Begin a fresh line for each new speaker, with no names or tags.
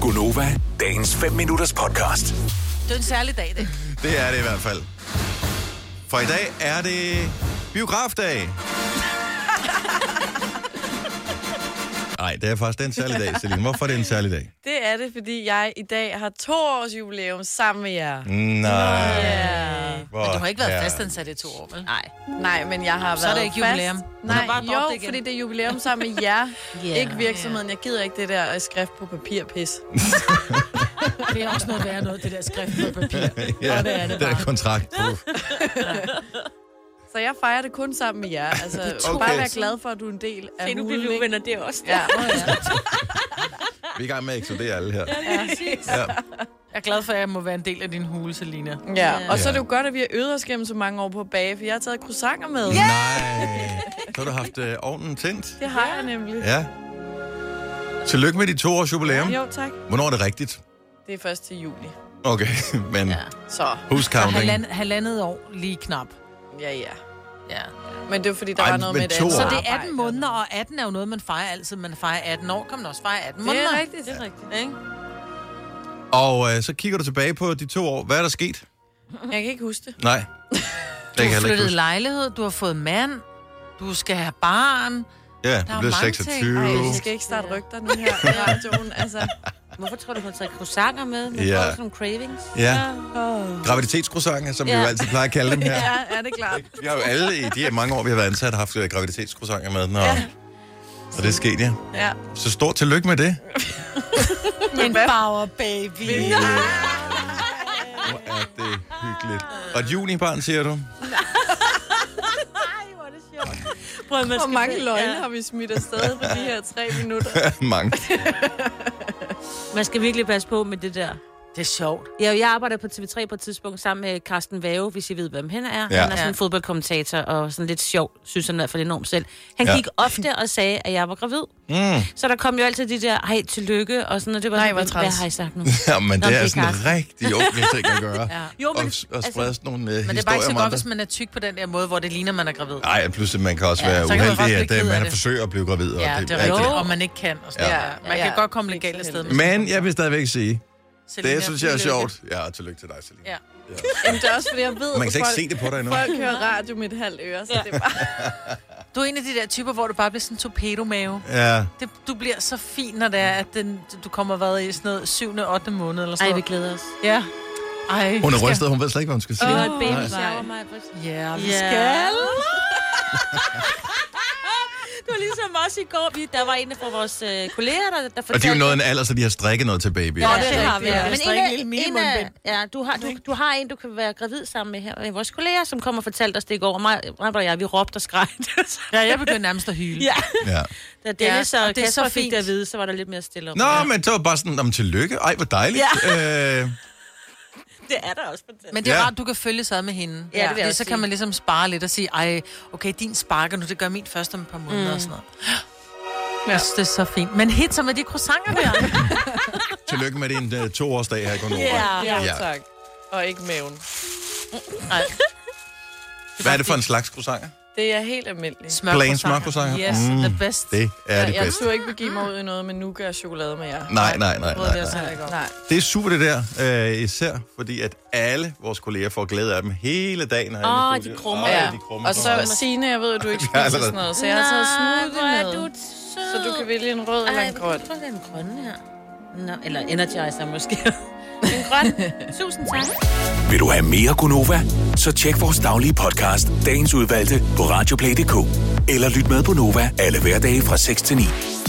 Gunova, dagens 5 minutters podcast.
Det er en særlig dag, det.
Det er det i hvert fald. For i dag er det biografdag. Nej, det er faktisk det er en særlig dag, Celine. Hvorfor er det en særlig dag?
Det er det, fordi jeg i dag har to års jubilæum sammen med jer.
Mm. Nej.
Ja.
Hvor,
Men du har ikke været
herre.
fastansat i to år, vel?
Nej, nej, men jeg har
Så er
været
det ikke jubilæum.
Fast.
Hun har
Nej,
bare droppet
jo,
det igen.
fordi det er jubilæum sammen med jer.
Ja.
yeah. Ikke virksomheden. Jeg gider ikke det der øh, skrift på papir pis.
Det er også noget værre noget, det der skrift på papir.
Ja,
Og det er det
den der
bare.
kontrakt. Puh.
Så jeg fejrer det kun sammen med jer. Altså,
to
okay. bare
år
være
siden.
glad for, at du er en del af
Se, nu
hulen,
bliver vi
ikke?
uvenner, det er også.
Ja,
Vi er i gang med at eksplodere alle her.
Jeg er glad for, at jeg må være en del af din hule, Selina.
ja. Og så er det
Ja.
jo godt, at vi har øvet os gennem så mange år på bage, for jeg har taget croissanter med.
Yeah! Nej. Så har du haft øh, ovnen tændt.
Det har jeg nemlig.
Ja. Tillykke med dit to års jubilæum.
Jo, tak.
Hvornår er det rigtigt?
Det er først til juli.
Okay, men
Så,
who's counting?
Halvand, halvandet år, lige knap.
ja, ja.
Ja.
Men det var fordi, der
Ej,
var noget
men
med et
to
andet
år.
Så det er
arbejde.
18 måneder, og 18 er jo noget, man fejrer altid. Man fejrer 18 år, kan man også fejre 18
Det
måneder.
er rigtigt. Det er rigtigt.
Ikke?
Og øh, så kigger du tilbage på de to år. Hvad er der sket?
Jeg kan ikke huske det.
Nej. Det kan jeg
Du har
heller ikke
flyttet
huske.
lejlighed, du har fået mand, du skal have barn.
Ja,
er
du
jo
blev
mange ting.
26.
Ej, vi skal ikke starte rygter nu her i radioen. Altså,
Hvorfor tror du, hun har taget croissanter med? Man
Ja.
ja. får sådan nogle cravings.
Ja. Graviditetscroissanter, som ja. vi jo
Ja.
altid plejer at kalde dem her.
ja, er det klart.
Vi har jo alle i de her mange år, vi har været ansat, haft øh, graviditetscroissanter med, når, ja. og det er sket, ja.
Ja.
Så stort tillykke med det.
En power baby.
Yeah. Hvor er det hyggeligt. Og et junibarn, siger du?
Prøv, man
Hvor mange løgne har vi smidt afsted på de her tre minutter?
Mange.
Man skal virkelig passe på med det der.
Det er sjovt.
Ja, jeg arbejder på TV3 på et tidspunkt sammen med Carsten Vave, hvis I ved, hvem han er.
Ja.
Ja. Han er sådan
Ja.
en fodboldkommentator og sådan lidt sjov, synes han i hvert fald enormt selv. Han
Ja.
gik ofte og sagde, at jeg var gravid. Mm. Så der kom jo altid de der, hej, tillykke, og sådan, og det var
Nej,
sådan,
hvor
hvad, hvad
træls.
har I sagt nu?
Jamen,
Nå,
det er
det er
sådan en
Karsten.
rigtig onkel ting at gøre. ja.
Jo, men- altså-
og, s- og sprede sådan nogle uh,
Men det
historier
er bare ikke så
om
godt,
andre.
hvis man er tyk på den der måde, hvor det ligner, man er gravid.
Nej, pludselig man kan også være
så kan man
uheldig,
faktisk
at
blive
øh,
ked af
man
det.
forsøger at blive gravid. og
Ja, det er
alt
rigtigt.
Jo.
Og man ikke kan. Og sådan.
Ja.
Ja. Man
Ja,
kan
ja.
godt komme
Det er
legalt
ikke så
afsted.
heldigt.
med sådan
Men
noget.
jeg vil stadigvæk sige,
Selina,
det synes jeg er
tillykke.
sjovt. Ja, og tillykke til dig, Selina.
Ja.
Jamen, det er også fordi, jeg ved,
Man kan slet
folk,
ikke se det på dig endnu.
folk hører radio med et halvt øre, så det er bare...
Du er en af de der typer, hvor du bare bliver sådan en torpedomave.
Ja.
Det, du bliver så fin, når det er, at den, du kommer været i sådan noget 7. 8. måned eller sådan
Ej, vi
noget.
glæder os.
Ja. Ej,
Hun
vi
er
skal-
rystet, hun ved slet ikke, hvad hun skal sige.
Og et baby
Nej.
shower, mig.
Ja, vi
Ja.
skal.
Det var ligesom os i går. Vi, der var en fra vores øh, kolleger, der, der fortalte...
Og det er jo noget af en alder, så de har strikket noget til baby.
Ja,
Ja.
det har vi.
Ja,
Ja.
men
Men
en, af-
en lille
en af, ja, du, har, du, du har en, du kan være gravid sammen med her. En af vores kolleger, som kom og fortalte os det i går. Og mig, mig og jeg, vi råbte og skreg.
Ja, jeg begyndte nærmest at hyle.
ja.
ja.
Da Dennis ja,
og
og
det er så
Kasper fik
fint.
det at vide, så var der lidt mere stille op.
Nå, men det var bare sådan, om tillykke. Ej, hvor dejligt. Ja. Øh,
Det er der også på den.
Men det er
Ja.
rart, du kan følge sig ad med hende.
Ja, det vil jeg
Fordi
også
så kan
sige.
man ligesom spare lidt og sige, ej, okay, din sparker nu, det gør min først om et par måneder mm. og sådan noget. Ja. Jeg synes, det er så fint. Men hit så med de croissanter der.
tillykke med din uh, toårsdag her i Konora.
Ja.
Ja,
Ja.
tak. Og ikke maven.
Nej,
Hvad er det for en slags croissanter?
Det er helt almindeligt.
smør
Plain smørcroissanter.
Yes,
Mm.
the best.
Det er det
jeg
bedste.
turde ikke begive mig ud i noget med nuka og chokolade med jer.
Nej, nej, nej,
Brød vil
nej,
jeg så
nej.
ikke op.
Nej.
Det er super det der, øh, især fordi at alle vores kolleger får glæde af dem hele dagen. herinde i
Åh, de
studiet.
krummer.
Ej,
Ja.
de krummer.
Og så Signe, jeg ved, at du ikke
Jeg har
spiser
allerede-
sådan noget, så jeg har taget smoothie med.
Så
Så du kan vælge en rød eller en grøn.
Jeg tror, det er en grøn her. Nå, eller energizer måske. en grøn. Tusind tak.
Vil du have mere Gunova? Så tjek vores daglige podcast, dagens udvalgte, på radioplay.dk. Eller lyt med på Nova alle hverdage fra 6 til 9.